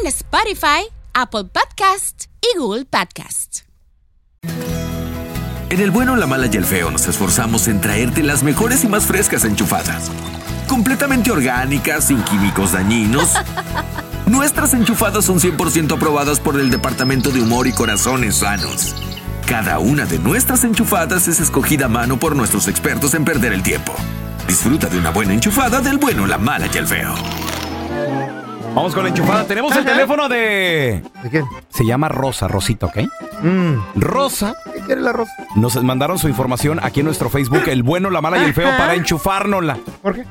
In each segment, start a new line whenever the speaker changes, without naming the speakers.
en Spotify, Apple Podcast y Google Podcast.
En el bueno, la mala y el feo nos esforzamos en traerte las mejores y más frescas enchufadas. Completamente orgánicas, sin químicos dañinos. Nuestras enchufadas son 100% aprobadas por el Departamento de Humor y Corazones Sanos. Cada una de nuestras enchufadas es escogida a mano por nuestros expertos en perder el tiempo. Disfruta de una buena enchufada del bueno, la mala y el feo.
Vamos con la enchufada. Tenemos el teléfono de.
¿De quién?
Se llama Rosa, Rosita, ¿ok?
Mm,
Rosa
¿Qué quiere la rosa?
nos mandaron su información aquí en nuestro Facebook, el bueno, la mala y el feo, para enchufárnosla.
¿Por qué?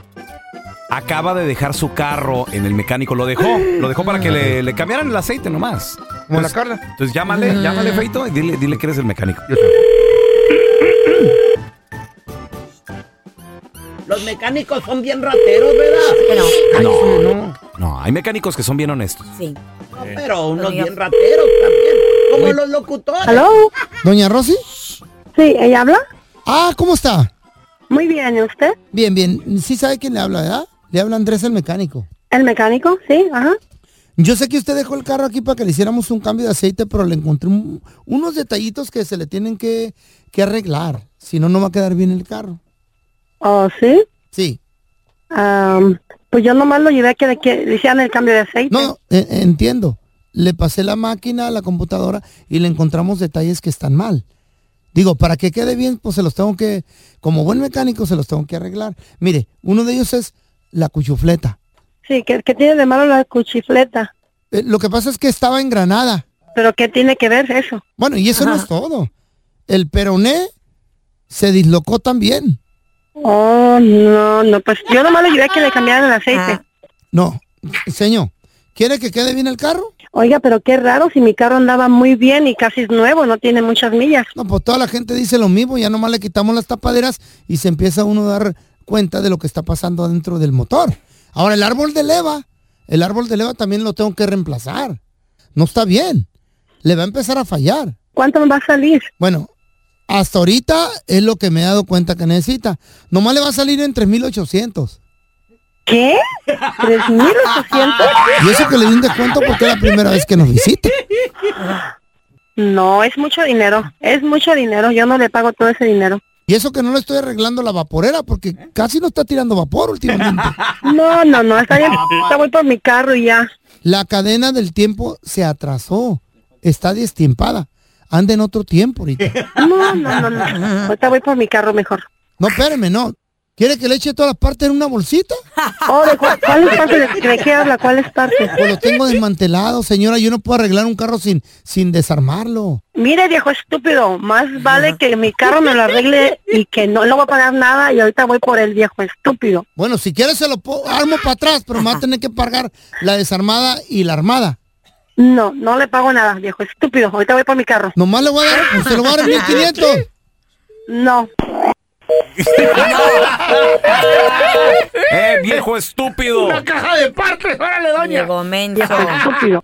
Acaba de dejar su carro en el mecánico, lo dejó, lo dejó para que le, le cambiaran el aceite nomás.
Pues,
Como la
Entonces-
Carla.
Entonces llámale, llámale feito y dile, dile que eres el mecánico.
Los mecánicos son bien rateros, ¿verdad?
Pero,
Sí, no.
No, hay mecánicos que son bien honestos.
sí.
No, pero unos
Oiga.
bien rateros también. Como los locutores.
¿Aló?
Doña Rosy,
Sí, ¿ella habla?
ah, ¿cómo está?
Muy bien, ¿y usted?
Bien, bien, sí sabe quién le habla, ¿verdad? Le habla Andrés el mecánico.
¿El mecánico? Sí, ajá.
Yo sé que usted dejó el carro aquí para que le hiciéramos un cambio de aceite, pero le encontré un- unos detallitos que se le tienen que, que arreglar. Si no, no va a quedar bien el carro.
¿Oh, sí?
Sí.
Am, pues yo nomás lo llevé a que le, que le hicieran el cambio de aceite.
No, no, e- entiendo. Le pasé la máquina a la computadora y le encontramos detalles que están mal. Digo, para que quede bien, pues se los tengo que, como buen mecánico, se los tengo que arreglar. Mire, uno de ellos es la cuchufleta.
Sí, ¿qué, qué tiene de malo la cuchifleta?
Eh, lo que pasa es que estaba engranada.
¿Pero qué tiene que ver eso?
Bueno, y eso no es todo. El peroné se dislocó también.
Oh, no, no, pues yo nomás lo llevé a que le cambiaran el aceite.
Ah,
No, señor, ¿quiere que quede bien el carro?
Oiga, pero qué raro, si mi carro andaba muy bien y casi es nuevo, no tiene muchas millas.
No, pues toda la gente dice lo mismo, ya nomás le quitamos las tapaderas y se empieza uno a dar cuenta de lo que está pasando dentro del motor. Ahora, el árbol de leva, el árbol de leva también lo tengo que reemplazar. No está bien, le va a empezar a fallar.
¿Cuánto me va a salir?
Bueno, hasta ahorita es lo que me he dado cuenta que necesita. Nomás le va a salir en 3,800.
¿Qué? ¿Tres mil ochocientos?
Y eso que le di un descuento porque es la primera vez que nos visita.
No, es mucho dinero, es mucho dinero, yo no le pago todo ese dinero.
Y eso que no le estoy arreglando la vaporera porque casi no está tirando vapor últimamente.
No, no, no, está bien. Ahorita voy por mi carro y ya.
La cadena del tiempo se atrasó. Está destiempada. Anda en otro tiempo ahorita.
No, no, no, no. Ahorita voy por mi carro mejor.
No, espérame, no. ¿Quiere que le eche todas las partes en una bolsita?
Oh, ¿de cuál, cuál es parte? ¿De, de qué habla? ¿Cuál es parte?
Pues lo tengo desmantelado, señora. Yo no puedo arreglar un carro sin, sin desarmarlo.
Mire, viejo estúpido, más vale que mi carro me lo arregle y que no le voy a pagar nada y ahorita voy por el viejo estúpido.
Bueno, si quiere se lo po- armo para atrás, pero me va a tener que pagar la desarmada y la armada.
No, no le pago nada, viejo estúpido. Ahorita voy por mi carro.
Nomás le voy a dar, pues, se lo voy a dar en 1500.
No.
¡Eh, viejo estúpido!
¡Eh!
¡Eh,
caja de partes! ¡Órale,
Llegó menso.
Estúpido.